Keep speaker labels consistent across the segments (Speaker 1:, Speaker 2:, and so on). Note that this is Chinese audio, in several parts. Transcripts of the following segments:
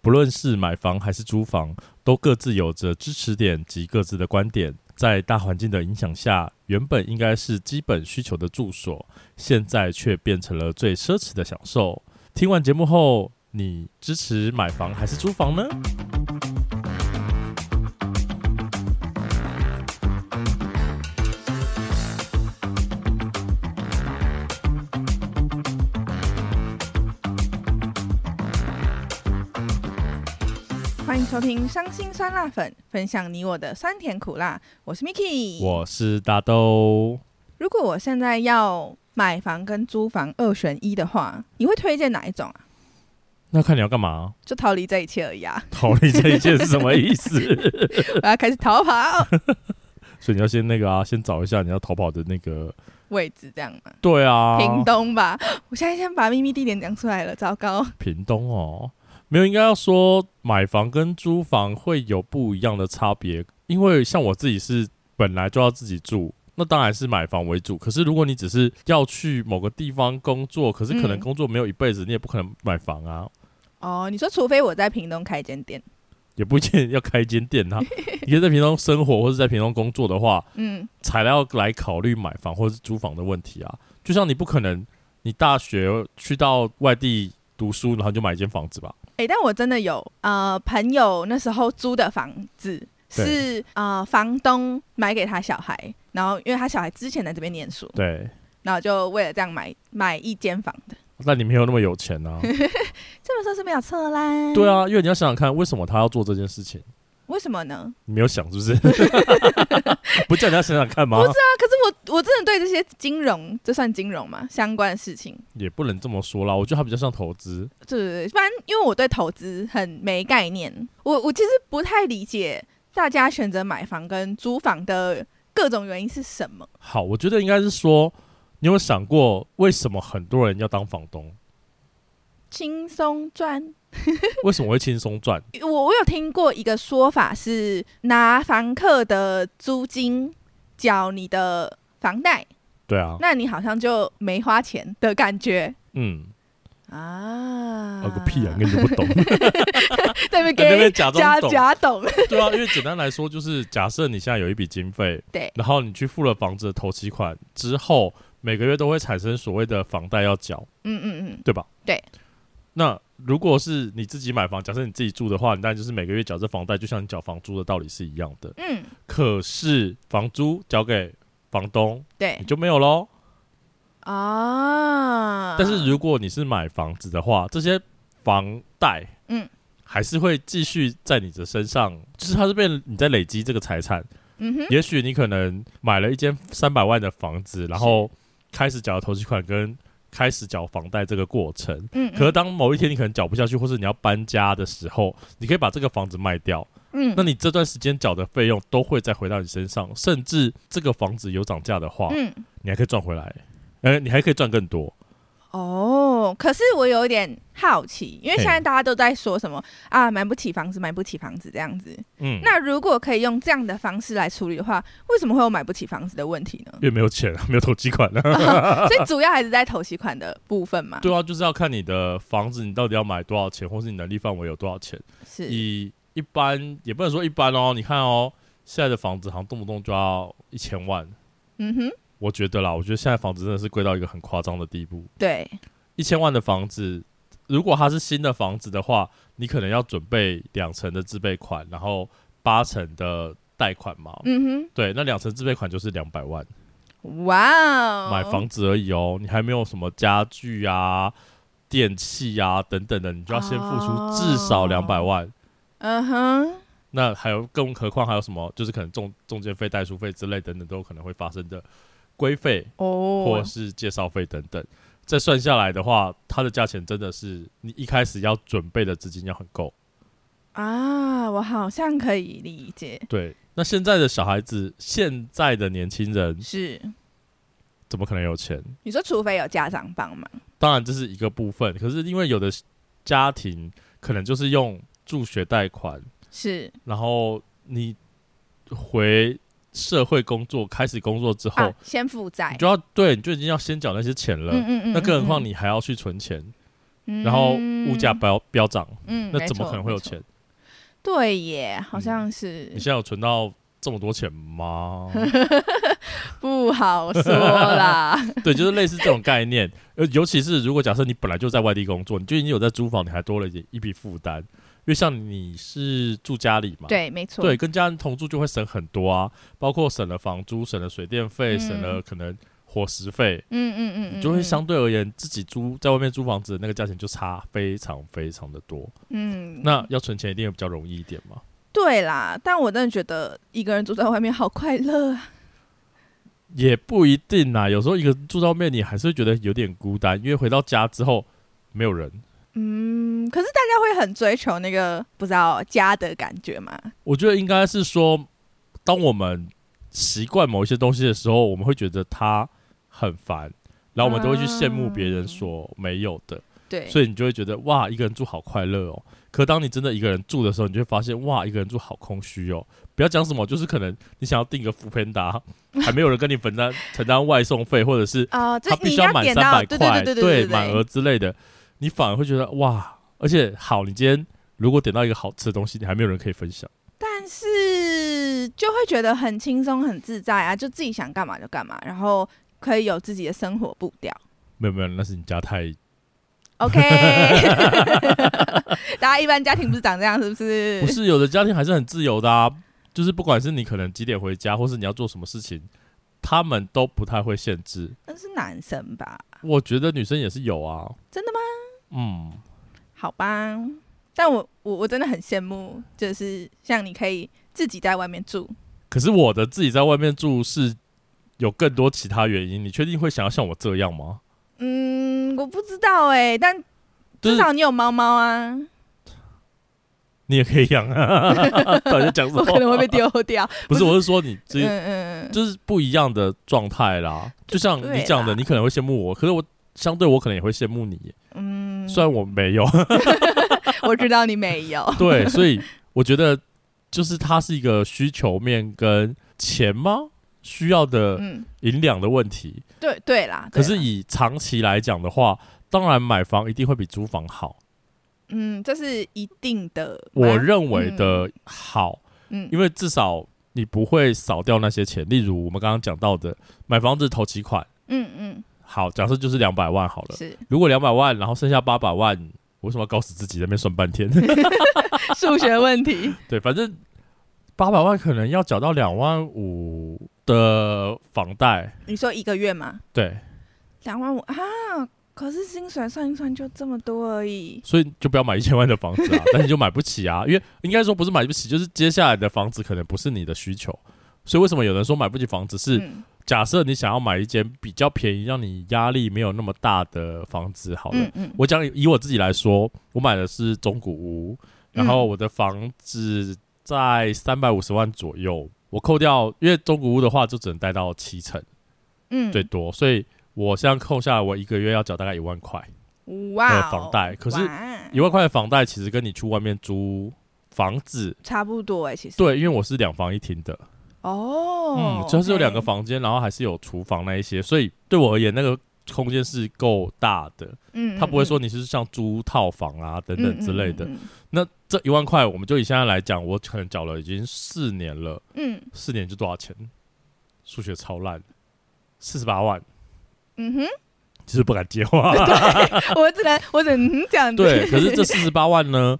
Speaker 1: 不论是买房还是租房，都各自有着支持点及各自的观点。在大环境的影响下，原本应该是基本需求的住所，现在却变成了最奢侈的享受。听完节目后，你支持买房还是租房呢？
Speaker 2: 欢迎收听《伤心酸辣粉》，分享你我的酸甜苦辣。我是 Miki。
Speaker 1: 我是大豆。
Speaker 2: 如果我现在要买房跟租房二选一的话，你会推荐哪一种啊？
Speaker 1: 那看你要干嘛？
Speaker 2: 就逃离这一切而 已啊！
Speaker 1: 逃离这一切是什么意思？
Speaker 2: 我要开始逃跑
Speaker 1: 所以你要先那个啊，先找一下你要逃跑的那个。
Speaker 2: 位置，这样吗？
Speaker 1: 对啊，
Speaker 2: 屏东吧，我现在先把秘密地点讲出来了，糟糕！
Speaker 1: 屏东哦，没有，应该要说买房跟租房会有不一样的差别，因为像我自己是本来就要自己住，那当然是买房为主。可是如果你只是要去某个地方工作，可是可能
Speaker 2: 嗯
Speaker 1: 工作没有一辈子，你也不可能买房啊，
Speaker 2: 哦，你说除非我在屏东开间店，
Speaker 1: 也不一定要开一间店啊。你可以在屏东生活或者在屏东工作的话，
Speaker 2: 嗯，
Speaker 1: 才要来考虑买房或者是租房的问题啊。就像你不可能，你大学去到外地读书，然后就买一间房子吧。
Speaker 2: 诶，但我真的有呃朋友那时候租的房子
Speaker 1: 对
Speaker 2: 是呃房东买给他小孩，然后因为他小孩之前在这边念书，
Speaker 1: 对，
Speaker 2: 然后就为了这样买买一间房的，
Speaker 1: 那你没有那么有钱啊。
Speaker 2: 这么说是没有错啦。
Speaker 1: 对，啊，因为你要想想看，为什么他要做这件事情？
Speaker 2: 为什么呢？啊
Speaker 1: 你没有想是不是？ 不叫你要想想看吗？
Speaker 2: 不是啊，可是我我真的对这些金融，这算金融吗？相关的事情，
Speaker 1: 也不能这么说啦，我觉得他比较像投资。
Speaker 2: 对对对，反正因为我对投资很没概念，我我其实不太理解大家选择买房跟租房的各种原因是什么。
Speaker 1: 好，我觉得应该是说，你有没有想过为什么很多人要当房东？
Speaker 2: 轻松赚，
Speaker 1: 为什么会轻松赚？
Speaker 2: 我我有听过一个说法是拿房客的租金缴你的房贷，
Speaker 1: 对啊，
Speaker 2: 那你好像就没花钱的感觉
Speaker 1: 嗯，
Speaker 2: 啊。
Speaker 1: 有个屁啊，根本就 不懂，
Speaker 2: 在
Speaker 1: 在那
Speaker 2: 那边给
Speaker 1: 边假
Speaker 2: 假
Speaker 1: 装懂。
Speaker 2: 假懂，
Speaker 1: 对啊，因为简单来说，就是假设你现在有一笔经费，
Speaker 2: 对
Speaker 1: 然后你去付了房子的头期款之后，每个月都会产生所谓的房贷要缴。
Speaker 2: 嗯嗯嗯，
Speaker 1: 对吧？
Speaker 2: 对。
Speaker 1: 那如果是你自己买房，假设你自己住的话，你当然就是每个月缴这房贷，就像你缴房租的道理是一样的。
Speaker 2: 嗯，
Speaker 1: 可是房租交给房东，
Speaker 2: 对
Speaker 1: 你就没有喽。
Speaker 2: 啊。
Speaker 1: 但是如果你是买房子的话，这些房贷，
Speaker 2: 嗯，
Speaker 1: 还是会继续在你的身上，就是它是变你在累积这个财产。
Speaker 2: 嗯哼，
Speaker 1: 也许你可能买了一间三百万的房子，然后开始缴头期款跟开始缴房贷这个过程，
Speaker 2: 嗯，嗯
Speaker 1: 可是当某一天你可能缴不下去，或是你要搬家的时候，你可以把这个房子卖掉，
Speaker 2: 嗯，
Speaker 1: 那你这段时间缴的费用都会再回到你身上，甚至这个房子有涨价的话，
Speaker 2: 嗯，
Speaker 1: 你还可以赚回来，呃，你还可以赚更多。
Speaker 2: 哦，可是我有点好奇，因为
Speaker 1: 嘿
Speaker 2: 现在大家都在说什么啊，买不起房子，买不起房子这样子。
Speaker 1: 嗯，
Speaker 2: 那如果可以用这样的方式来处理的话，为什么会有买不起房子的问题呢
Speaker 1: ？因为没有钱，啊没有投机款了。
Speaker 2: 所以主要还是在投期款的部分嘛。
Speaker 1: 对啊，就是要看你的房子，你到底要买多少钱，或是你能力范围有多少钱。
Speaker 2: 是，
Speaker 1: 以一般也不能说一般哦，你看哦，现在的房子好像动不动就要一千万，
Speaker 2: 嗯哼，
Speaker 1: 我觉得啦，我觉得现在房子真的是贵到一个很夸张的地步。
Speaker 2: 对，
Speaker 1: 一千万的房子，如果它是新的房子的话，你可能要准备两成的自备款，然后八成的贷款嘛。
Speaker 2: 嗯
Speaker 1: 对，那两成自备款就是两百万，
Speaker 2: 哼，哇哦，
Speaker 1: 买房子而已哦，你还没有什么家具啊、电器啊等等的，你就要先付出至少
Speaker 2: 哦
Speaker 1: 两百万。
Speaker 2: 嗯哼，
Speaker 1: 那还有更何况还有什么，就是可能中中介费、代书费之类等等都有可能会发生的规费或
Speaker 2: 哦，
Speaker 1: 是介绍费等等。再算下来的话，它的价钱真的是你一开始要准备的资金要很够。
Speaker 2: 啊，我好像可以理解，
Speaker 1: 对，那现在的小孩子，现在的年轻人
Speaker 2: 是，
Speaker 1: 怎么可能有钱？
Speaker 2: 你说除非有家长帮忙，
Speaker 1: 当然这是一个部分，可是因为有的家庭可能就是用助学贷款，
Speaker 2: 是
Speaker 1: 然后你回社会工作开始工作之后，
Speaker 2: 啊，先负债
Speaker 1: 你，就要对你就已经要先缴那些钱了，
Speaker 2: 嗯嗯嗯，
Speaker 1: 那更何
Speaker 2: 嗯
Speaker 1: 况
Speaker 2: 嗯
Speaker 1: 你还要去存钱。
Speaker 2: 嗯
Speaker 1: 然后物价，飙飙涨，
Speaker 2: 嗯，
Speaker 1: 那怎么
Speaker 2: 没错
Speaker 1: 可能会有？
Speaker 2: 没错
Speaker 1: 钱？嗯
Speaker 2: 对耶，好像
Speaker 1: 你
Speaker 2: 是
Speaker 1: 现在有存到这么多钱吗？
Speaker 2: 不好说啦。
Speaker 1: 对，就是类似这种概念。呃，尤其是如果假设你本来就在外地工作，你就已经有在租房，你还多了一点一笔负担，因为像你是住家里嘛，
Speaker 2: 对，没错，
Speaker 1: 对，跟家人同住就会省很多啊，包括省了房租、省了水电费、
Speaker 2: 嗯
Speaker 1: 省了可能伙食费，
Speaker 2: 嗯，嗯嗯嗯，
Speaker 1: 你就会
Speaker 2: 嗯
Speaker 1: 相对而言自己租在外面租房子的那个价钱就差非常非常的多。
Speaker 2: 嗯，
Speaker 1: 那要存钱一定也比较容易一点嘛。
Speaker 2: 对啦。但我真的觉得一个人住在外面好快乐啊。
Speaker 1: 也不一定啦，有时候一个人住到外面，你还是会觉得有点孤单，因为回到家之后没有人。
Speaker 2: 嗯，可是大家会很追求那个不知道家的感觉嘛？
Speaker 1: 我觉得应该是说，当我们习惯某一些东西的时候，我们会觉得它很烦，然后我们都会去羡慕别人所没有的，
Speaker 2: 对，
Speaker 1: 所以你就会觉得哇，一个人住好快乐哦。可当你真的一个人住的时候，你就会发现哇，一个人住好空虚哦。不要讲什么，就是可能你想要订个副片达，还没有人跟你分担 承担外送费，或者是
Speaker 2: 啊，就
Speaker 1: 他必
Speaker 2: 你
Speaker 1: 须要
Speaker 2: 要
Speaker 1: 满
Speaker 2: 点
Speaker 1: 三
Speaker 2: 到
Speaker 1: 百
Speaker 2: 对
Speaker 1: 块，
Speaker 2: 对对对
Speaker 1: 满额之类的，你反而会觉得哇，而且好，你今天如果点到一个好吃的东西，你还没有人可以分享。
Speaker 2: 但是就会觉得很轻松、很自在啊，就自己想干嘛就干嘛，然后可以有自己的生活步调。
Speaker 1: 没有没有，那是你家太
Speaker 2: OK，大家一般家庭不是长这样，是不是？
Speaker 1: 不是有的家庭还是很自由的啊，就是不管是你可能几点回家，或是你要做什么事情，他们都不太会限制。
Speaker 2: 那嗯是男生吧？
Speaker 1: 我觉得女生也是有啊，
Speaker 2: 真的吗？
Speaker 1: 嗯，
Speaker 2: 好吧，但我我我真的很羡慕，就是像你可以自己在外面住，
Speaker 1: 可是我的自己在外面住是有更多其他原因，你确定会想要像我这样吗？
Speaker 2: 嗯，我不知道哎、但
Speaker 1: 就是
Speaker 2: 至少你有猫猫啊，
Speaker 1: 你也可以养啊， 到底在讲什
Speaker 2: 我可能会被
Speaker 1: 么？
Speaker 2: 丢掉。
Speaker 1: 不是，我是说你
Speaker 2: 嗯
Speaker 1: 这
Speaker 2: 嗯嗯，
Speaker 1: 就是不一样的状态啦。就像
Speaker 2: 对
Speaker 1: 你讲的，
Speaker 2: 啦
Speaker 1: 你可能会羡慕我，可是我相对我可能也会羡慕你，
Speaker 2: 嗯，
Speaker 1: 虽然我没 有。
Speaker 2: 我知道你没有。
Speaker 1: 对，所以我觉得就是它是一个需求面跟钱吗需要的
Speaker 2: 嗯，
Speaker 1: 银两的问题。
Speaker 2: 对对啦。
Speaker 1: 可
Speaker 2: 嗯对
Speaker 1: 是
Speaker 2: 啦
Speaker 1: 以长期来讲的话，当然买房一定会比租房好，
Speaker 2: 嗯，这是一定的。
Speaker 1: 我认为的好，
Speaker 2: 嗯
Speaker 1: 因为至少你不会少掉那些钱。例如我们刚刚讲到的，买房子投期款，
Speaker 2: 嗯嗯
Speaker 1: 好，假设就是两百万好了。
Speaker 2: 是
Speaker 1: 如果两百万，然后剩下八百万，我为什么要搞死自己在那边算半 天？
Speaker 2: 数学问题。
Speaker 1: 对，反正八百万可能要缴到两万五的房贷，
Speaker 2: 你说一个月吗？
Speaker 1: 对，
Speaker 2: 两万五啊？可是薪水算一算就这么多而已。
Speaker 1: 所以就不要买一千万的房子 啊，但是你就买不起啊，因为应该说不是买不起，就是接下来的房子可能不是你的需求。所以为什么有人说买不起房子是？
Speaker 2: 嗯
Speaker 1: 假设你想要买一间比较便宜，让你压力没有那么大的房子，好了，
Speaker 2: 嗯嗯，
Speaker 1: 我讲以我自己来说，我买的是中古屋，然后
Speaker 2: 嗯
Speaker 1: 我的房子在三百五十万左右，我扣掉，因为中古屋的话就只能贷到七成
Speaker 2: 嗯
Speaker 1: 最多，所以我现在扣下来，我一个月要缴大概一万块，
Speaker 2: 哇哦
Speaker 1: 的房贷可是
Speaker 2: 哇哦
Speaker 1: 一万块的房贷其实跟你去外面租房子，
Speaker 2: 差不多哎，其实
Speaker 1: 对，因为我是两房一厅的，
Speaker 2: 哦，
Speaker 1: 嗯，就是有
Speaker 2: OK
Speaker 1: 两个，房间，然后还是有厨房那一些，所以对我而言那个。空间是够大的，
Speaker 2: 嗯，
Speaker 1: 他不会说你是像租套房啊等
Speaker 2: 等
Speaker 1: 等之
Speaker 2: 嗯
Speaker 1: 类的，，那这一万块，我们就以现在来讲，我可能缴了已经四年了，
Speaker 2: 嗯
Speaker 1: 四年就多少钱？数学超烂，四十八万，
Speaker 2: 嗯 哼，
Speaker 1: 就是不敢接话。
Speaker 2: 我只能我只能这样子
Speaker 1: 对，可是这四十八万呢？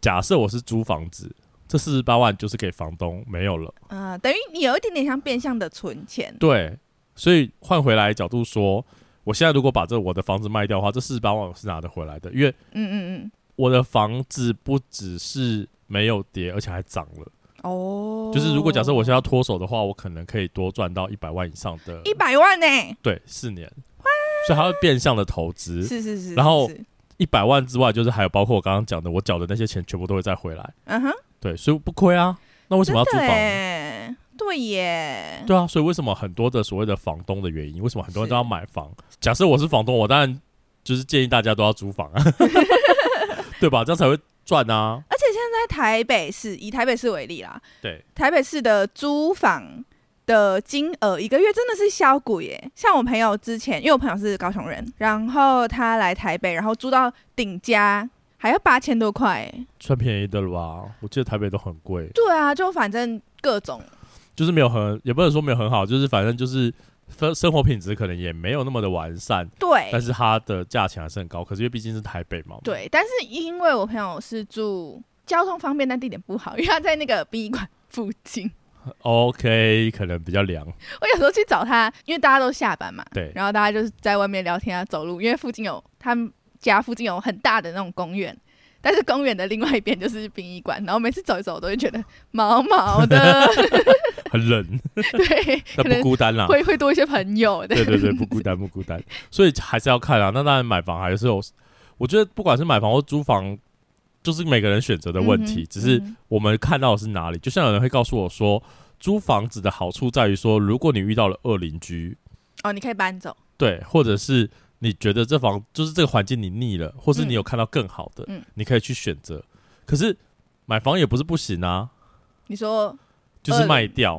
Speaker 1: 假设我是租房子，这四十八万就是给房东没有了。
Speaker 2: 啊，等于你有一点点像变相的存钱，
Speaker 1: 对，所以换回来角度说，我现在如果把这我的房子卖掉的话，这四十八万我是拿得回来的，因为
Speaker 2: 嗯嗯
Speaker 1: 我的房子不只是没有跌，而且还涨了。
Speaker 2: 嗯，哦，
Speaker 1: 就是如果假设我现在要脱手的话，我可能可以多赚到一百万以上的，
Speaker 2: 一百万欸呢，
Speaker 1: 对四年，所以它会变相的投资。
Speaker 2: 是是是，
Speaker 1: 然后
Speaker 2: 是是
Speaker 1: 一百万之外，就是还有包括我刚刚讲的，我缴的那些钱全部都会再回来，
Speaker 2: 嗯哼，
Speaker 1: 对，所以不亏啊。那为什么要租
Speaker 2: 真的
Speaker 1: 房？
Speaker 2: 欸对耶，
Speaker 1: 对啊，所以为什么很多的所谓的房东的原因，为什么很多人
Speaker 2: 是
Speaker 1: 都要买房？假设我是房东，我当然就是建议大家都要租房啊， 对吧？这样才会赚啊。
Speaker 2: 而且现在台北市，以台北市为例啦，
Speaker 1: 对，
Speaker 2: 台北市的租房的金额一个月真的是削骨耶！像我朋友之前，因为我朋友是高雄人，然后他来台北，然后住到顶家，还要八千多块耶。
Speaker 1: 算便宜的了吧？我记得台北都很贵，
Speaker 2: 对啊，就反正各种
Speaker 1: 就是没有很，也不能说没有很好，就是反正就是生生活品质可能也没有那么的完善，
Speaker 2: 对
Speaker 1: 但是它的价钱还是很高。可是因为毕竟是台北嘛，，
Speaker 2: 对，但是因为我朋友是住交通方便，但地点不好，因为他在那个殡仪馆附近。
Speaker 1: OK，可能比较凉。
Speaker 2: 我有时候去找他，因为大家都下班嘛，
Speaker 1: 对
Speaker 2: 然后大家就是在外面聊天啊，走路，因为附近有他们家附近有很大的那种公园，但是公园的另外一边就是殡仪馆，然后每次走一走，我都会觉 得 毛毛的，
Speaker 1: 很 冷，
Speaker 2: 对，可
Speaker 1: 但不
Speaker 2: 能
Speaker 1: 孤单啦。
Speaker 2: 会会多一些朋友的，
Speaker 1: 对对对，不孤单不孤 单，所以还是要看啊。那当然买房还是有，我觉得不管是买房或租房，就是每个人选择的问题，
Speaker 2: 嗯哼
Speaker 1: 只是
Speaker 2: 嗯
Speaker 1: 我们看到的是哪里。就像有人会告诉我说，租房子的好处在于说，如果你遇到了恶邻居，
Speaker 2: 哦，你可以搬走，
Speaker 1: 对，或者是你觉得这房就是这个环境你腻了，或是你有看到更好的，
Speaker 2: 嗯嗯
Speaker 1: 你可以去选择。可是买房也不是不行啊，
Speaker 2: 你说
Speaker 1: 就是
Speaker 2: 恶
Speaker 1: 卖
Speaker 2: 邻
Speaker 1: 掉。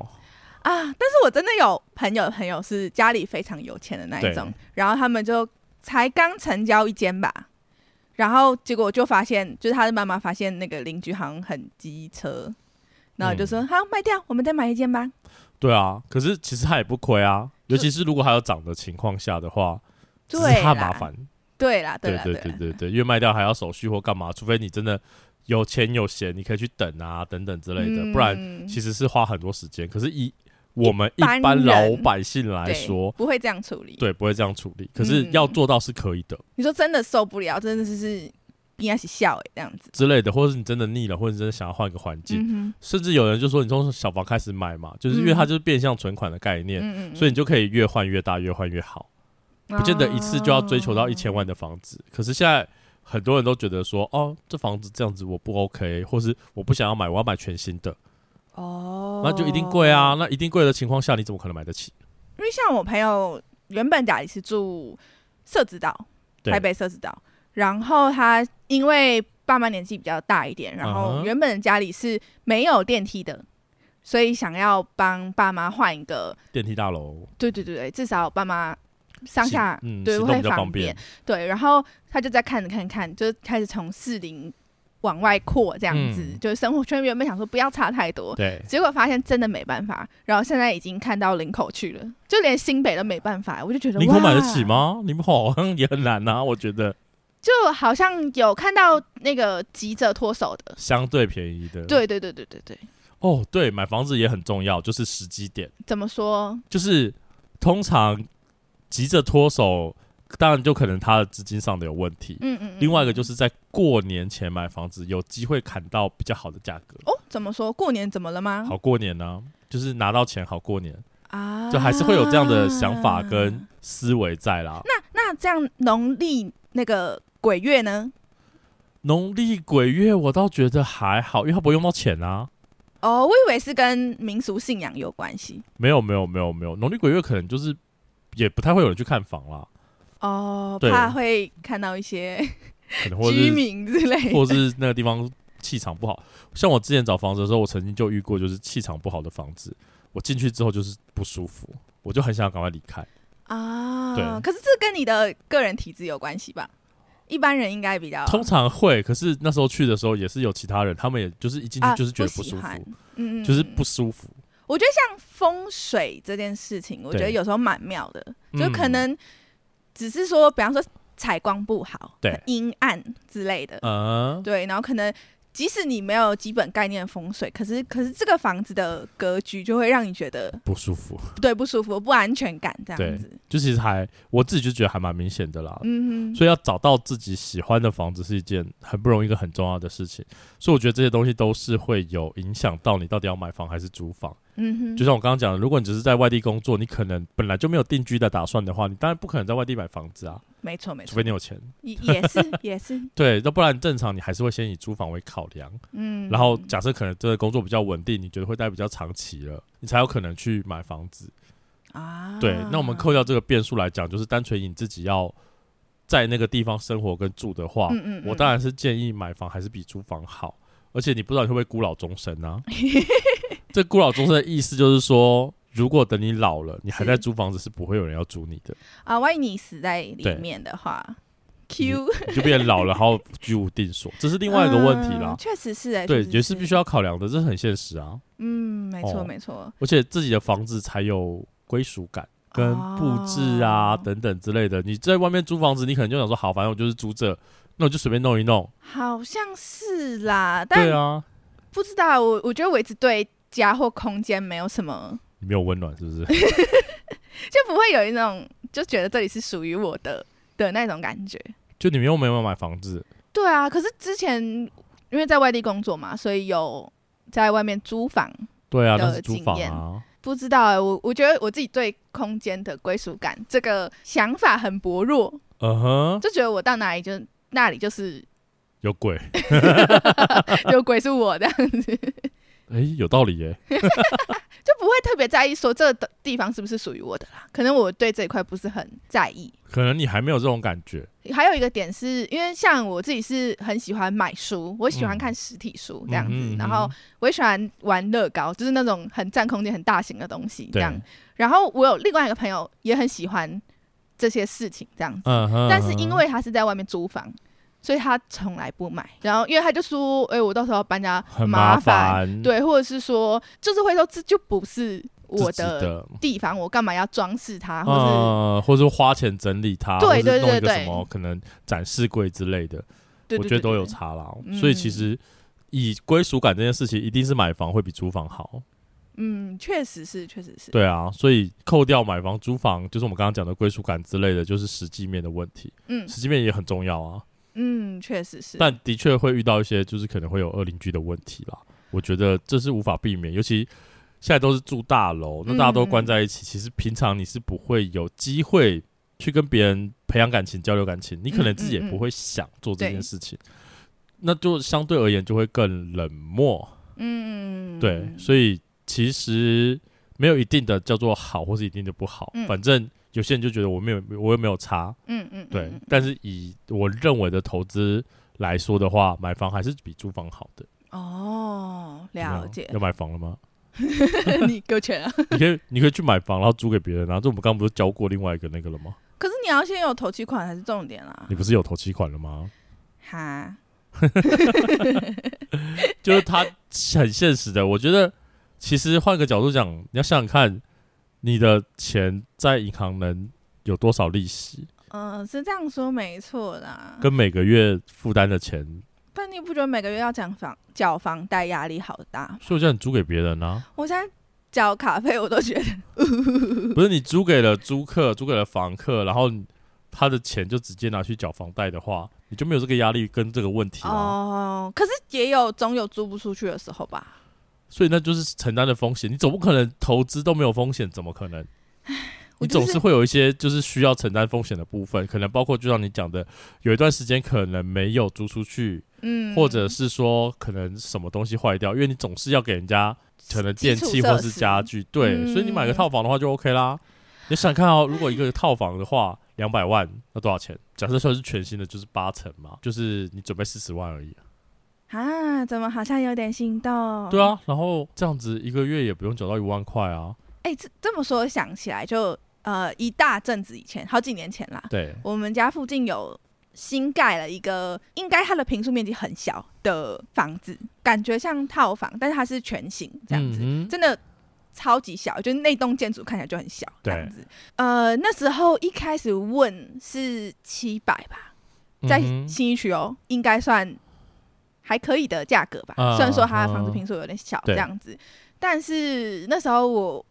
Speaker 2: 啊，但是我真的有朋友朋友是家里非常有钱的那一种
Speaker 1: 对，
Speaker 2: 然后他们就才刚成交一间吧，然后结果就发现，就是他的妈妈发现那个邻居好像很机车，然后就
Speaker 1: 嗯
Speaker 2: 说、好卖掉，我们再买一间吧。
Speaker 1: 对啊，可是其实他也不亏啊，尤
Speaker 2: 就
Speaker 1: 其是如果还有涨的情况下的话，只是
Speaker 2: 对
Speaker 1: 怕
Speaker 2: 啦
Speaker 1: 麻烦。
Speaker 2: 对啦，
Speaker 1: 对
Speaker 2: 啦，
Speaker 1: 对
Speaker 2: 啦，
Speaker 1: 对对对，因为卖掉还要手续或干嘛，除非你真的有钱有闲，你可以去等啊等等之类的，不然
Speaker 2: 嗯
Speaker 1: 其实是花很多时间。可是以我们一
Speaker 2: 般
Speaker 1: 般
Speaker 2: 人
Speaker 1: 老百姓来
Speaker 2: 对
Speaker 1: 说，
Speaker 2: 不会这样处理。
Speaker 1: 对不会这样处理，可是
Speaker 2: 嗯
Speaker 1: 要做到是可以的、
Speaker 2: 你说真的受不了，真的是应该是笑哎、这样子。
Speaker 1: 之类的，或者是你真的腻了，或者你真的想要换个环境，
Speaker 2: 嗯
Speaker 1: 甚至有人就说你从小房开始买嘛，就是因为
Speaker 2: 嗯
Speaker 1: 它就是变相存款的概念，
Speaker 2: 嗯
Speaker 1: 所以你就可以越换越大，越换越好。
Speaker 2: 以
Speaker 1: 不见得一次就要追
Speaker 2: 啊
Speaker 1: 求到一千万的房子。可是现在很多人都觉得说，哦，这房子这样子我不 OK，或是我不想要买，我要买全新的，
Speaker 2: 哦，
Speaker 1: 那就一定贵啊。那一定贵的情况下，你怎么可能买得起？
Speaker 2: 因为像我朋友原本家里是住社子岛，
Speaker 1: 对
Speaker 2: 台北社子岛，然后他因为爸妈年纪比较大一点，然
Speaker 1: 嗯
Speaker 2: 后
Speaker 1: 哼
Speaker 2: 原本家里是没有电梯的，所以想要帮爸妈换一个，
Speaker 1: 电梯大楼
Speaker 2: 对对对对，至少爸妈上
Speaker 1: 行
Speaker 2: 下
Speaker 1: 嗯，
Speaker 2: 对
Speaker 1: 行动
Speaker 2: 会
Speaker 1: 比较
Speaker 2: 方
Speaker 1: 方
Speaker 2: 便，对，然后他就在看看看，就开始从四零往外扩这样子，
Speaker 1: 嗯
Speaker 2: 就是生活圈原本想说不要差太多，
Speaker 1: 对，
Speaker 2: 结果发现真的没办法，然后现在已经看到林口去了，就连新北都没办法，我就觉得
Speaker 1: 林口买得起？
Speaker 2: 哇
Speaker 1: 吗？林口好像也很难啊，我觉得
Speaker 2: 就好像有看到那个急着脱手的，
Speaker 1: 相对便宜的。，
Speaker 2: 对对对对对对，
Speaker 1: 哦，对，买房子也很重要，就是时机点，
Speaker 2: 怎么说？
Speaker 1: 就是通常急着脱手，当然就可能他的资金上的有问题，
Speaker 2: 嗯嗯，嗯
Speaker 1: 另外一个就是在过年前买房子，有机会砍到比较好的价格，
Speaker 2: 哦，怎么说？过年怎么了吗？
Speaker 1: 好过年呢、就是拿到钱好过年，
Speaker 2: 啊，
Speaker 1: 就还是会有这样的想法跟思维在啦。
Speaker 2: 那那这样农历那个鬼月呢？
Speaker 1: 农历鬼月我倒觉得还好，因为它不会用到钱啊。
Speaker 2: 哦，我以为是跟民俗信仰有关系
Speaker 1: 没有没有没有没有，农历鬼月可能就是也不太会有人去看房啦，
Speaker 2: 哦，
Speaker 1: 对
Speaker 2: 怕会看到一些
Speaker 1: 可能或者
Speaker 2: 居
Speaker 1: 是
Speaker 2: 民之类的。
Speaker 1: 或者是那个地方气场不好。像我之前找房子的时候，我曾经就遇过就是气场不好的房子，我进去之后就是不舒服，我就很想赶快离开。
Speaker 2: 啊，
Speaker 1: 对
Speaker 2: 可是这跟你的个人体质有关系吧？一般人应该比较
Speaker 1: 通常会，可是那时候去的时候也是有其他人，他们也就是一进去
Speaker 2: 啊
Speaker 1: 就是觉得
Speaker 2: 不喜
Speaker 1: 舒服，
Speaker 2: 欢嗯，嗯
Speaker 1: 就是
Speaker 2: 嗯
Speaker 1: 不舒服。
Speaker 2: 我觉得像风水这件事情，我觉得
Speaker 1: 对
Speaker 2: 有时候蛮妙的，
Speaker 1: 嗯
Speaker 2: 就可能只是说，比方说采光不好，
Speaker 1: 对
Speaker 2: 很阴暗之类的，
Speaker 1: 嗯，
Speaker 2: 对，然后可能。即使你没有基本概念的风水，可是可是这个房子的格局就会让你觉得
Speaker 1: 不舒服，
Speaker 2: 对不舒服、不安全感这
Speaker 1: 对
Speaker 2: 样子。
Speaker 1: 就其实还我自己就觉得还蛮明显的啦。
Speaker 2: 嗯哼，
Speaker 1: 所以要找到自己喜欢的房子是一件很不容易、一个很重要的事情。所以我觉得这些东西都是会有影响到你到底要买房还是租房。
Speaker 2: 嗯哼，
Speaker 1: 就像我刚刚讲的，如果你只是在外地工作，你可能本来就没有定居的打算的话，你当然不可能在外地买房子啊，
Speaker 2: 没错没
Speaker 1: 除
Speaker 2: 错
Speaker 1: 非，你有钱。
Speaker 2: 也也是也是，
Speaker 1: 对，要不然正常你还是会先以租房为考量。
Speaker 2: 嗯。
Speaker 1: 然后假设可能真的工作比较稳定，你觉得会待比较长期了，你才有可能去买房子。
Speaker 2: 啊，
Speaker 1: 对，那我们扣掉这个变数来讲，就是单纯以你自己要在那个地方生活跟住的话，
Speaker 2: 嗯嗯嗯
Speaker 1: 我当然是建议买房还是比租房好。 而且你不知道你会不会孤老终生啊？这孤老终生的意思就是说，如果等你老了，你还在
Speaker 2: 是
Speaker 1: 租房子，是不会有人要租 你的，
Speaker 2: 啊，万一你死在里
Speaker 1: 对
Speaker 2: 面的话
Speaker 1: 你
Speaker 2: ，Q
Speaker 1: 你就变老了，然后居无定所，这是另外一个问题啦
Speaker 2: 嗯。确实是哎，
Speaker 1: 对，
Speaker 2: 确实
Speaker 1: 也是必须要考量的，这是很现实啊。
Speaker 2: 嗯，没错
Speaker 1: 哦
Speaker 2: 没错，
Speaker 1: 而且自己的房子才有归属感。跟布置啊、
Speaker 2: 哦
Speaker 1: 等等之类的，你在外面租房子，你可能就想说，好，反正我就是租这，那我就随便弄一弄。
Speaker 2: 好像是啦，
Speaker 1: 对
Speaker 2: 但
Speaker 1: 啊，
Speaker 2: 不知道我我觉得我一直对家或空间没有什么，
Speaker 1: 你没有温暖是不是？
Speaker 2: 嗯就不会有一种就觉得这里是属于我的的那种感觉。
Speaker 1: 就你们又没有买房子，
Speaker 2: 对啊，可是之前因为在外地工作嘛，所以有在外面租房。
Speaker 1: 对啊，
Speaker 2: 的
Speaker 1: 那是租房
Speaker 2: 经
Speaker 1: 啊。
Speaker 2: 不知道哎、我我觉得我自己对空间的归属感这个想法很薄弱，
Speaker 1: 嗯哼，
Speaker 2: 就觉得我到哪里就 那里就是
Speaker 1: 有鬼，
Speaker 2: 就鬼是我这样 子，
Speaker 1: 哎、有道理耶、
Speaker 2: 就不会特别在意说这个地方是不是属于我的啦。可能我对这一块不是很在意。
Speaker 1: 可能你还没有这种感觉，
Speaker 2: 还有一个点是因为像我自己是很喜欢买书，我喜欢
Speaker 1: 嗯
Speaker 2: 看实体书这样子，
Speaker 1: 嗯哼
Speaker 2: 然后我也喜欢玩乐高，就是那种很占空间、很大型的东西这
Speaker 1: 对，
Speaker 2: 样。然后我有另外一个朋友也很喜欢这些事情这样子，
Speaker 1: 嗯哼，
Speaker 2: 但是因为他是在外面租房，所以他从来不买。然后因为他就说，哎、我到时候搬家
Speaker 1: 很
Speaker 2: 麻烦，
Speaker 1: 烦，，
Speaker 2: 对，或者是说，就是会说这就不是我的
Speaker 1: 的，
Speaker 2: 地方，我干嘛要装饰它，或是、
Speaker 1: 嗯，或者花钱整理它，
Speaker 2: 对
Speaker 1: 或
Speaker 2: 对
Speaker 1: 是弄
Speaker 2: 对
Speaker 1: 一个
Speaker 2: 对
Speaker 1: 什么可能展示柜之类的，
Speaker 2: 对对对
Speaker 1: 我觉得都有
Speaker 2: 对
Speaker 1: 差啦
Speaker 2: 嗯。
Speaker 1: 所以其实以归属感这件事情，一定是买房会比租房好。
Speaker 2: 嗯，确实是，确实是，
Speaker 1: 对啊，所以扣掉买房、租房，就是我们刚刚讲的归属感之类的，就是实际面的问题。
Speaker 2: 嗯
Speaker 1: 实际面也很重要啊，
Speaker 2: 嗯，确实是，
Speaker 1: 但的确会遇到一些就是可能会有恶邻居的问题啦。我觉得这是无法避免，尤其现在都是住大楼，
Speaker 2: 嗯
Speaker 1: 那大家都关在一起，其实平常你是不会有机会去跟别人培养感情、交流感情，你可能自己也不会想做这件事情，
Speaker 2: 嗯
Speaker 1: 那就相对而言就会更冷漠。
Speaker 2: 嗯，
Speaker 1: 对，所以其实没有一定的叫做好，或是一定的不好，
Speaker 2: 嗯
Speaker 1: 反正有些人就觉得我没有，我又没有差，
Speaker 2: 嗯嗯，
Speaker 1: 对
Speaker 2: 嗯，
Speaker 1: 但是以我认为的投资来说的话，买房还是比租房好的。
Speaker 2: 哦，
Speaker 1: 怎么
Speaker 2: 了
Speaker 1: 样
Speaker 2: 解，
Speaker 1: 要买房了吗？
Speaker 2: 你够全啊。
Speaker 1: 你可以， 你可以去买房，然后租给别人啊。这我们刚刚不是教过另外一个那个了吗？
Speaker 2: 可是你要先有投期款才是重点啦
Speaker 1: 你，不是有头期款了吗？
Speaker 2: 哈，
Speaker 1: 就是它很现实的。我觉得，其实换个角度讲，你要想想看，你的钱在银行能有多少利息，
Speaker 2: 嗯、是这样说没错啦。
Speaker 1: 跟每个月负担的钱，
Speaker 2: 但你不觉得每个月要讲房缴房贷压力好大？
Speaker 1: 所以我叫你租给别人啊，
Speaker 2: 我现在缴卡费我都觉得，
Speaker 1: 不是你租给了租客，租给了房客，然后你他的钱就直接拿去缴房贷的话，你就没有这个压力跟这个问题了、
Speaker 2: 哦，可是也有总有租不出去的时候吧？
Speaker 1: 所以那就是承担的风险。你总不可能投资都没有风险，怎么可能？
Speaker 2: 我
Speaker 1: 你
Speaker 2: 就
Speaker 1: 总是会有一些就是需要承担风险的部分，可能包括就像你讲的，有一段时间可能没有租出去，
Speaker 2: 嗯，
Speaker 1: 或者是说可能什么东西坏掉，因为你总是要给人家可能电
Speaker 2: 基
Speaker 1: 器
Speaker 2: 础设
Speaker 1: 或
Speaker 2: 施
Speaker 1: 是家具，对，
Speaker 2: 嗯
Speaker 1: 所以你买个套房的话就 OK 啦。你想看哦，如果一个套房的话，两百万那多少钱？假设说是全新的，就是八成嘛，就是你准备四十万而
Speaker 2: 哦
Speaker 1: 已。
Speaker 2: 啊，怎么好像有点心动？
Speaker 1: 对，啊，然后这样子一个月也不用缴到一万块啊。
Speaker 2: 哎、这这么说想起来就呃一大阵子以前，好几年前啦，
Speaker 1: 对，
Speaker 2: 我们家附近有新盖了一个，应该它的平数面积很小的房子，感觉像套房，但是它是全新这样子，
Speaker 1: 嗯哼
Speaker 2: 真的超级小，就是那栋建筑看起来就很小这
Speaker 1: 对
Speaker 2: 样子。呃，那时候一开始问是七百吧，在
Speaker 1: 嗯哼
Speaker 2: 新一区哦，应该算还可以的价格吧。
Speaker 1: 啊
Speaker 2: 虽然说它的房子
Speaker 1: 啊
Speaker 2: 平数有点小这
Speaker 1: 对
Speaker 2: 样子，但是那时候我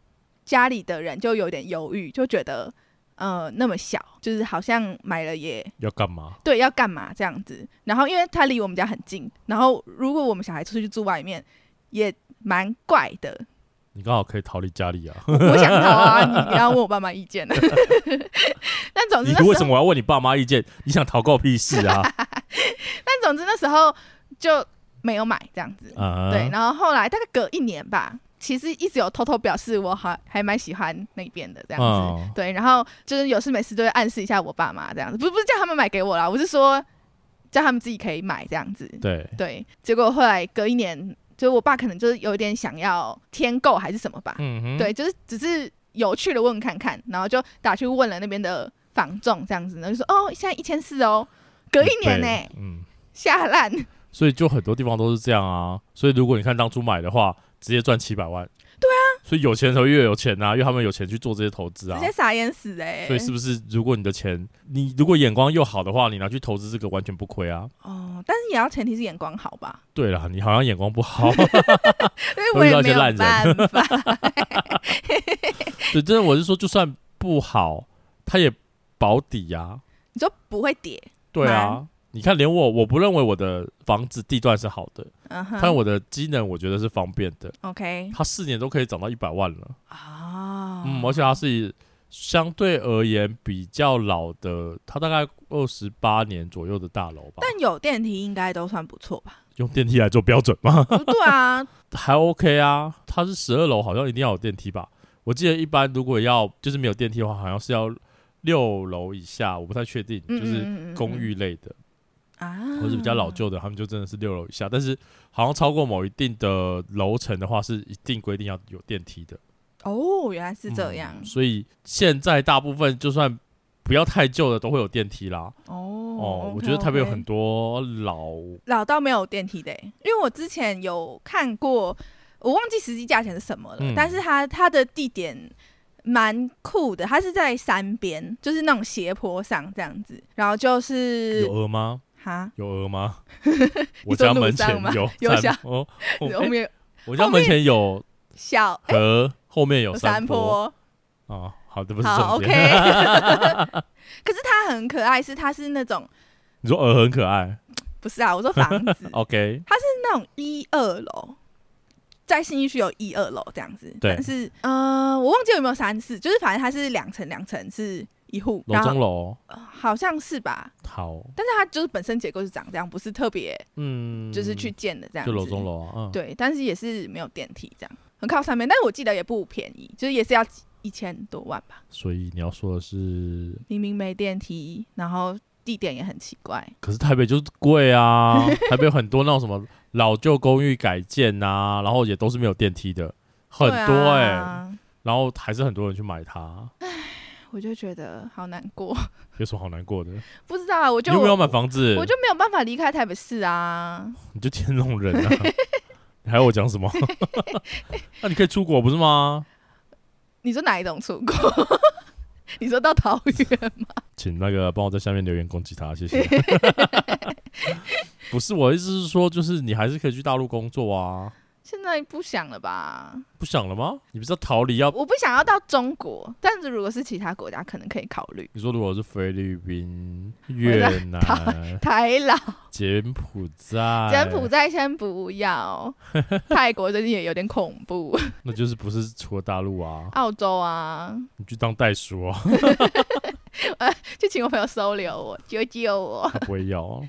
Speaker 2: 家里的人就有点犹豫，就觉得呃那么小，就是好像买了也
Speaker 1: 要干嘛？
Speaker 2: 对要干嘛这样子。然后因为它离我们家很近，然后如果我们小孩出去住外面也蛮怪的，
Speaker 1: 你刚好可以逃离家里啊。
Speaker 2: 我想逃啊，你你要问我爸妈意见。啊 但总之
Speaker 1: 你
Speaker 2: 那时候
Speaker 1: 为什么要问你爸妈意见？你想逃够屁事 啊！
Speaker 2: 但总之那时候就没有买这样子。
Speaker 1: 啊，
Speaker 2: 对，，然后后来大概隔一年吧，其实一直有偷偷表示我还还蛮喜欢那边的这样子。
Speaker 1: 嗯，
Speaker 2: 对，然后就是有事没事都会暗示一下我爸妈这样子，不不是叫他们买给我啦，我是说叫他们自己可以买这样子。
Speaker 1: 对，
Speaker 2: 对，结果后来隔一年就是我爸可能就是有点想要添购还是什么吧，
Speaker 1: 嗯哼，
Speaker 2: 对，就是只是有趣的问看看，然后就打去问了那边的房仲这样子，然后就说哦，现在一千四哦，隔一年呢、
Speaker 1: 对嗯，
Speaker 2: 下烂，
Speaker 1: 所以就很多地方都是这样啊。所以如果你看当初买的话，直接赚七百万，对啊，所以有钱的时候越有钱呐、因为他们有钱去做这些投资啊
Speaker 2: 直。接傻眼死哎、
Speaker 1: 所以是不是如果你的钱，你如果眼光又好的话，你拿去投资这个完全不亏啊？
Speaker 2: 哦，但是也要前提是眼光好吧，
Speaker 1: 对啦，你好像眼光不 好，
Speaker 2: 所以我也没有办法。
Speaker 1: 对，真的我是说，就算不好，它也保底呀、啊。
Speaker 2: 你说不会跌，
Speaker 1: 对啊，你看，连我我不认为我的房子地段是好的，
Speaker 2: 嗯
Speaker 1: 但
Speaker 2: 哼
Speaker 1: 我的机能我觉得是方便的，
Speaker 2: ，OK
Speaker 1: 它四年都可以涨到一百万了。
Speaker 2: 啊、
Speaker 1: 嗯，而且它是相对而言比较老的，它大概二十八年左右的大楼吧。
Speaker 2: 但有电梯应该都算不错吧？
Speaker 1: 用电梯来做标准吗？
Speaker 2: 不对啊，
Speaker 1: 还 OK 啊，它是十二楼，好像一定要有电梯吧？我记得一般如果要就是没有电梯的话，好像是要六楼以下，我不太确定，
Speaker 2: 嗯
Speaker 1: 就是
Speaker 2: 嗯嗯嗯嗯
Speaker 1: 公寓类的。
Speaker 2: 啊，
Speaker 1: 或是比较老旧的，他们就真的是六楼以下。但是好像超过某一定的楼层的话，是一定规定要有电梯的。
Speaker 2: 哦，原来是这样、
Speaker 1: 嗯所以现在大部分就算不要太旧的，都会有电梯啦。
Speaker 2: 哦。
Speaker 1: 哦，
Speaker 2: OK，
Speaker 1: 我觉得台北有
Speaker 2: OK
Speaker 1: 很多老，
Speaker 2: 老到没有电梯的欸、因为我之前有看过，我忘记实际价钱是什么了，
Speaker 1: 嗯
Speaker 2: 但是它它的地点蛮酷的，它是在山边，就是那种斜坡上这样子，然后就是
Speaker 1: 有鹅吗？
Speaker 2: 哈，
Speaker 1: 有鹅吗？ 我
Speaker 2: 呃你说
Speaker 1: 家门
Speaker 2: 路上
Speaker 1: 前
Speaker 2: 吗
Speaker 1: 有
Speaker 2: 有
Speaker 1: 山
Speaker 2: 小
Speaker 1: 哦，我
Speaker 2: 后面
Speaker 1: 我家
Speaker 2: 后
Speaker 1: 门
Speaker 2: 面
Speaker 1: 前有
Speaker 2: 小
Speaker 1: 河，后面有
Speaker 2: 有
Speaker 1: 山
Speaker 2: 山
Speaker 1: 坡
Speaker 2: 坡，
Speaker 1: 哦，好的，不是重
Speaker 2: 好，OK
Speaker 1: 点。。
Speaker 2: 可是它很可爱，是它是那种
Speaker 1: 你说鹅很可爱
Speaker 2: 不是啊，我说房 子
Speaker 1: ，OK，
Speaker 2: 那种一二楼，在信义区有一二楼这样子，
Speaker 1: 对
Speaker 2: 但是呃，我忘记有没有三四，就是反正它是两层两层是一户，
Speaker 1: 楼
Speaker 2: 然
Speaker 1: 中
Speaker 2: 后、
Speaker 1: 楼，
Speaker 2: 呃好像是吧，
Speaker 1: 好，
Speaker 2: 但是它就是本身结构是长这样，不是特别
Speaker 1: 嗯，
Speaker 2: 就是去建的这样子，
Speaker 1: 就楼中楼啊，嗯，
Speaker 2: 对，但是也是没有电梯这样，很靠上面，但是我记得也不便宜，就是也是要一千多万吧，
Speaker 1: 所以你要说的是，
Speaker 2: 明明没电梯，然后地点也很奇怪，
Speaker 1: 可是台北就是贵啊， 台北有很多那种什么老旧公寓改建啊，然后也都是没有电梯的，很多
Speaker 2: 对
Speaker 1: 哎、
Speaker 2: 啊
Speaker 1: 然后还是很多人去买它，欸
Speaker 2: 我就觉得好难过， 有
Speaker 1: 有什么好难过的？
Speaker 2: 不知道啊，我就
Speaker 1: 你有没有要买房子？
Speaker 2: 我就没有办法离开台北市啊。
Speaker 1: 你就天龙人 啊，你还要我讲什么？那你可以出国不是吗？
Speaker 2: 你说哪一种出国？ 你说到桃园吗？
Speaker 1: 请那个帮我在下面留言攻击他，谢 谢。不是我的意思是说，就是你还是可以去大陆工作啊，
Speaker 2: 现在不想了吧？
Speaker 1: 不想了吗？你不是要逃离要
Speaker 2: 我不想要到中国，但是如果是其他国家，可能可以考虑
Speaker 1: 你说如果是菲律宾、越南、
Speaker 2: 台老、
Speaker 1: 柬埔寨，
Speaker 2: 柬埔寨先不要，泰国最近也有点恐 怖，
Speaker 1: 那就是不是除了大陆啊？
Speaker 2: 澳洲啊，
Speaker 1: 你去当袋鼠啊，
Speaker 2: 就请我朋友收留我，救救我。
Speaker 1: 他不会要啊。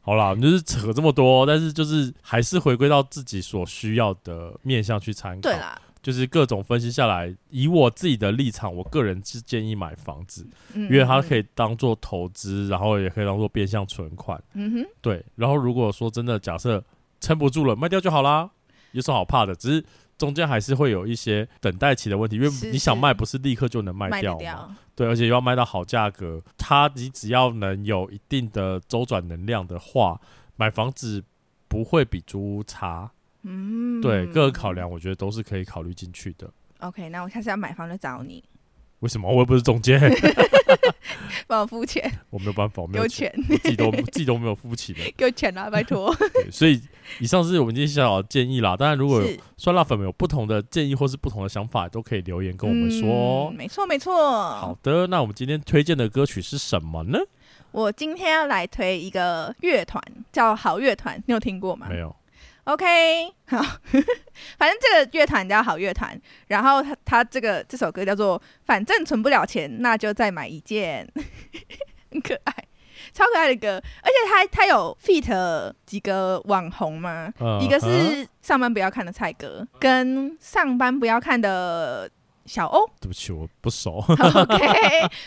Speaker 1: 好啦，我们就是扯这么多，但是就是还是回归到自己所需要的面向去参考。
Speaker 2: 对啦，
Speaker 1: 就是各种分析下来，以我自己的立场，我个人是建议买房子，
Speaker 2: 嗯，
Speaker 1: 因为它可
Speaker 2: 以，
Speaker 1: 以当做投资，然后也可以当做变相存款。
Speaker 2: 嗯哼，
Speaker 1: 对，然后如果说真的假设撑不住了，卖掉就好啦，有什么好怕的？只是中间还是会有一些等待期的问题，因为
Speaker 2: 是
Speaker 1: 你想
Speaker 2: 是
Speaker 1: 卖不是立刻就能卖
Speaker 2: 卖
Speaker 1: 掉
Speaker 2: 得
Speaker 1: 嘛，
Speaker 2: 掉，
Speaker 1: 对，而且又要卖到好价格，它你只要能有一定的周转能量的话，买房子不会比租屋差。
Speaker 2: 嗯，
Speaker 1: 对，各个考。量我觉得都是可以考虑进去的。
Speaker 2: OK，那我下次要买房就找你，
Speaker 1: 为什么我又不是中 介？
Speaker 2: 帮我付钱，
Speaker 1: 我没有办法，我没
Speaker 2: 给
Speaker 1: 有
Speaker 2: 我
Speaker 1: 钱，
Speaker 2: 钱，
Speaker 1: 我自己都自己都没有付起的。
Speaker 2: 给我钱啊，拜托。
Speaker 1: 对所以以上是我们今天小小的建议啦。当然，如果有
Speaker 2: 是
Speaker 1: 酸辣粉们有不同的建议或是不同的想法，都可以留言跟我们说哦。
Speaker 2: 嗯没错没错。
Speaker 1: 好，的，那我们今天推荐的歌曲是什么呢？
Speaker 2: 我今天要来推一个乐团，叫好乐团，你有听过吗？
Speaker 1: 没有，
Speaker 2: OK，好， 反正这个乐团叫好乐团，然后他他这个这首歌叫做《反正存不了钱，那就再买一件》， 很可爱，超可爱的歌，而且他他有 feat 几个网红嘛，
Speaker 1: 呃
Speaker 2: 一个
Speaker 1: 啊
Speaker 2: 是上班不要看的蔡哥，跟上班不要看的小欧
Speaker 1: 对不起，我不熟。
Speaker 2: ，OK，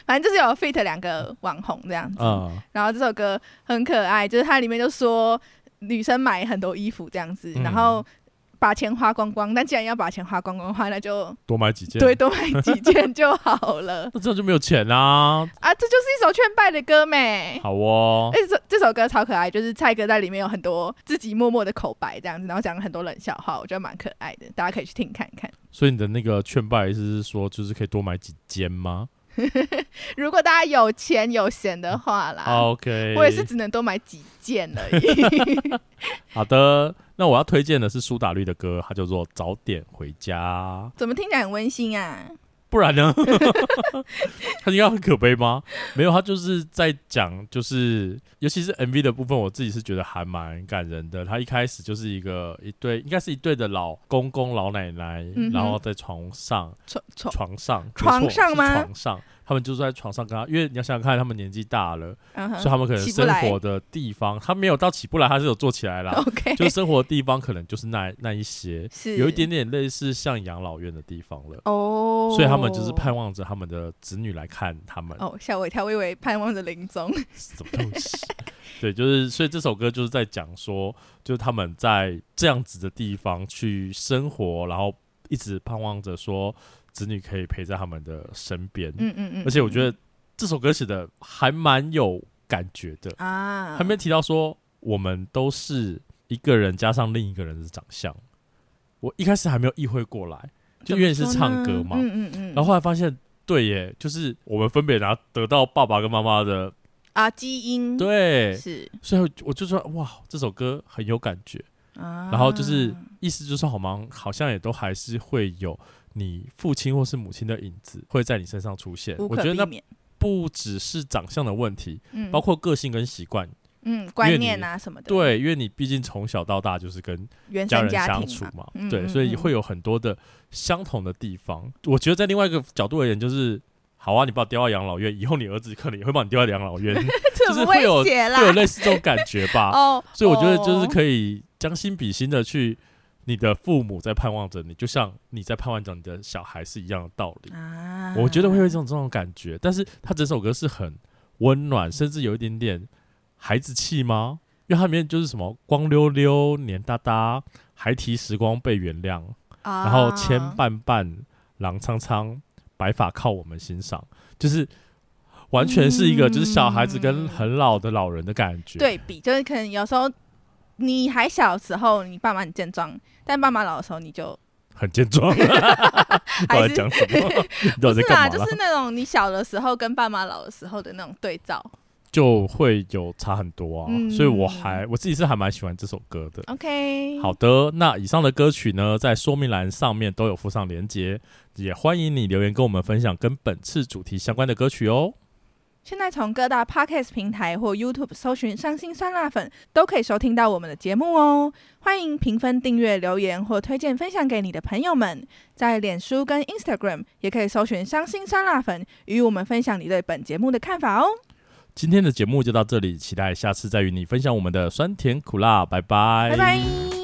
Speaker 2: 反正就是有 feat 两个网红这样子，
Speaker 1: 啊，
Speaker 2: 然后这首歌很可爱，就是它里面就说女生买很多衣服这样子，
Speaker 1: 嗯
Speaker 2: 然后把钱花光光，但既然要把钱花光光的话，那就
Speaker 1: 多买几件，
Speaker 2: 对，多买几件就 好了
Speaker 1: 那这样就没有钱啦、
Speaker 2: 啊！这就是一首劝败的歌没？
Speaker 1: 好哦，
Speaker 2: 哎，这这首歌超可爱，就是蔡哥在里面有很多自己默默的口白这样子，然后讲了很多冷笑话，我觉得蛮可爱的，大家可以去听看看。
Speaker 1: 所以你的那个劝败意思是说，就是可以多买几间吗、
Speaker 2: 如果大家有钱有闲的话啦，
Speaker 1: o k
Speaker 2: 啊我也是只能多买几件而已。
Speaker 1: 好的。那我要推荐的是苏打绿的歌，它叫做《早点回家
Speaker 2: 怎么听起来很温馨啊？》，
Speaker 1: 不然呢？ 它应该很可悲吗？没有，它就是在讲，就是尤其是 MV 的部分，我自己是觉得还蛮感人的。它一开始就是一个一对，应该是一对的老公公老奶奶，
Speaker 2: 嗯哼
Speaker 1: 然后在床上
Speaker 2: 床床
Speaker 1: 床上没错
Speaker 2: 床上
Speaker 1: 是
Speaker 2: 吗
Speaker 1: 床上，他们就是在床上跟他，因为你要想想看，他们年纪大了，
Speaker 2: 嗯
Speaker 1: 所以
Speaker 2: 哼
Speaker 1: 他们可能
Speaker 2: 起不
Speaker 1: 生
Speaker 2: 来
Speaker 1: 活的地方，他没有到起不来，他是有做起来啦，
Speaker 2: 哦，OK，
Speaker 1: 就是生活的地方可能就是那那一些，
Speaker 2: 是
Speaker 1: 有一点点类似像养老院的地方了。
Speaker 2: 哦，
Speaker 1: 所以他们就是盼望着他们的子女来看他们，
Speaker 2: 哦，吓我一跳，我以为盼望着临终。
Speaker 1: 是什么东西？ 对，就是所以这首歌就是在讲说，就是他们在这样子的地方去生活，然后一直盼望着说子女可以陪在他们的身边。
Speaker 2: 嗯嗯嗯，
Speaker 1: 而且我觉
Speaker 2: 得
Speaker 1: 得这首歌写的还蛮有感觉的，
Speaker 2: 啊，
Speaker 1: 他没提到说我们都是一个人加上另一个人的长相。我一开始还没有意会过来，就因为是唱歌嘛，
Speaker 2: 怎么说呢嗯嗯嗯，
Speaker 1: 然后后来发现，对耶，就是我们分别拿得到爸爸跟妈妈的，
Speaker 2: 啊，基因
Speaker 1: 对，
Speaker 2: 是
Speaker 1: 所以我就说哇，这首歌很有感觉。
Speaker 2: 啊，
Speaker 1: 然后就是意思就是好忙，好像也都还是会有你父亲或是母亲的影子会在你身上出现。
Speaker 2: 无
Speaker 1: 我
Speaker 2: 可
Speaker 1: 觉得
Speaker 2: 避
Speaker 1: 那
Speaker 2: 免，
Speaker 1: 不只是长相的问题，
Speaker 2: 嗯，
Speaker 1: 包括个性跟习惯。
Speaker 2: 嗯观念啊什么的，，
Speaker 1: 对，因为你毕竟从小到大就是跟
Speaker 2: 原
Speaker 1: 家
Speaker 2: 生
Speaker 1: 人
Speaker 2: 家
Speaker 1: 相
Speaker 2: 庭
Speaker 1: 处
Speaker 2: 嘛，
Speaker 1: 嘛，
Speaker 2: 嗯
Speaker 1: 对，
Speaker 2: 嗯
Speaker 1: 所以
Speaker 2: 嗯
Speaker 1: 会有很多的相同的地方。我觉得在另外一个角度而言，就是好啊，你把我丢到养老院，以后你儿子可能也会把你丢到养老院，
Speaker 2: 这
Speaker 1: 就是
Speaker 2: 么
Speaker 1: 会有
Speaker 2: 威胁
Speaker 1: 会有
Speaker 2: 啦。
Speaker 1: 类似这种感觉吧。
Speaker 2: 哦，
Speaker 1: 所以我觉得就是
Speaker 2: 以
Speaker 1: 可以将心比心的去，你的父母在盼望着你，就像你在盼望着你的小孩是一样的道理。
Speaker 2: 啊，
Speaker 1: 我觉得会有一种这种感觉，但是他整首歌是很温暖，甚至有一点点孩子气吗？因为它里面就是什么光溜溜、黏哒哒，孩提时光被原谅，
Speaker 2: 啊，
Speaker 1: 然后牵绊绊、狼苍苍，白发靠我们欣赏，就是完全是一个就是小孩子跟
Speaker 2: 嗯
Speaker 1: 很老的老人的感觉。
Speaker 2: 对比，就是可能有时候你还小的时候，你爸妈很健壮，但爸妈老的时候你就
Speaker 1: 很健 壮。你到
Speaker 2: 还
Speaker 1: 底
Speaker 2: 是
Speaker 1: 讲什 么？你到底在
Speaker 2: 不是
Speaker 1: 干嘛
Speaker 2: 啦，
Speaker 1: 啦？
Speaker 2: 就是那种你小的时候跟爸妈老的时候的那种对照。
Speaker 1: 就会有差很多啊，
Speaker 2: 嗯哦
Speaker 1: 所以我还我自己是还蛮喜欢这首歌的。
Speaker 2: OK，
Speaker 1: 好，的，那以上的歌曲呢，在说明栏上面都有附上连接，也欢迎你留言跟我们分享跟本次主题相关的歌曲哦。
Speaker 2: 现在从各大 Podcast 平台或 YouTube 搜寻“伤心酸辣粉”，都可以收听到我们的节目哦。欢迎评分、订阅、留言或推荐分享给你的朋友们。在脸书跟 Instagram 也可以搜寻“伤心酸辣粉”，与我们分享你对本节目的看法哦。
Speaker 1: 今天的节目就到这里，期待下次再与你分享我们的酸甜苦辣，拜
Speaker 2: 拜拜。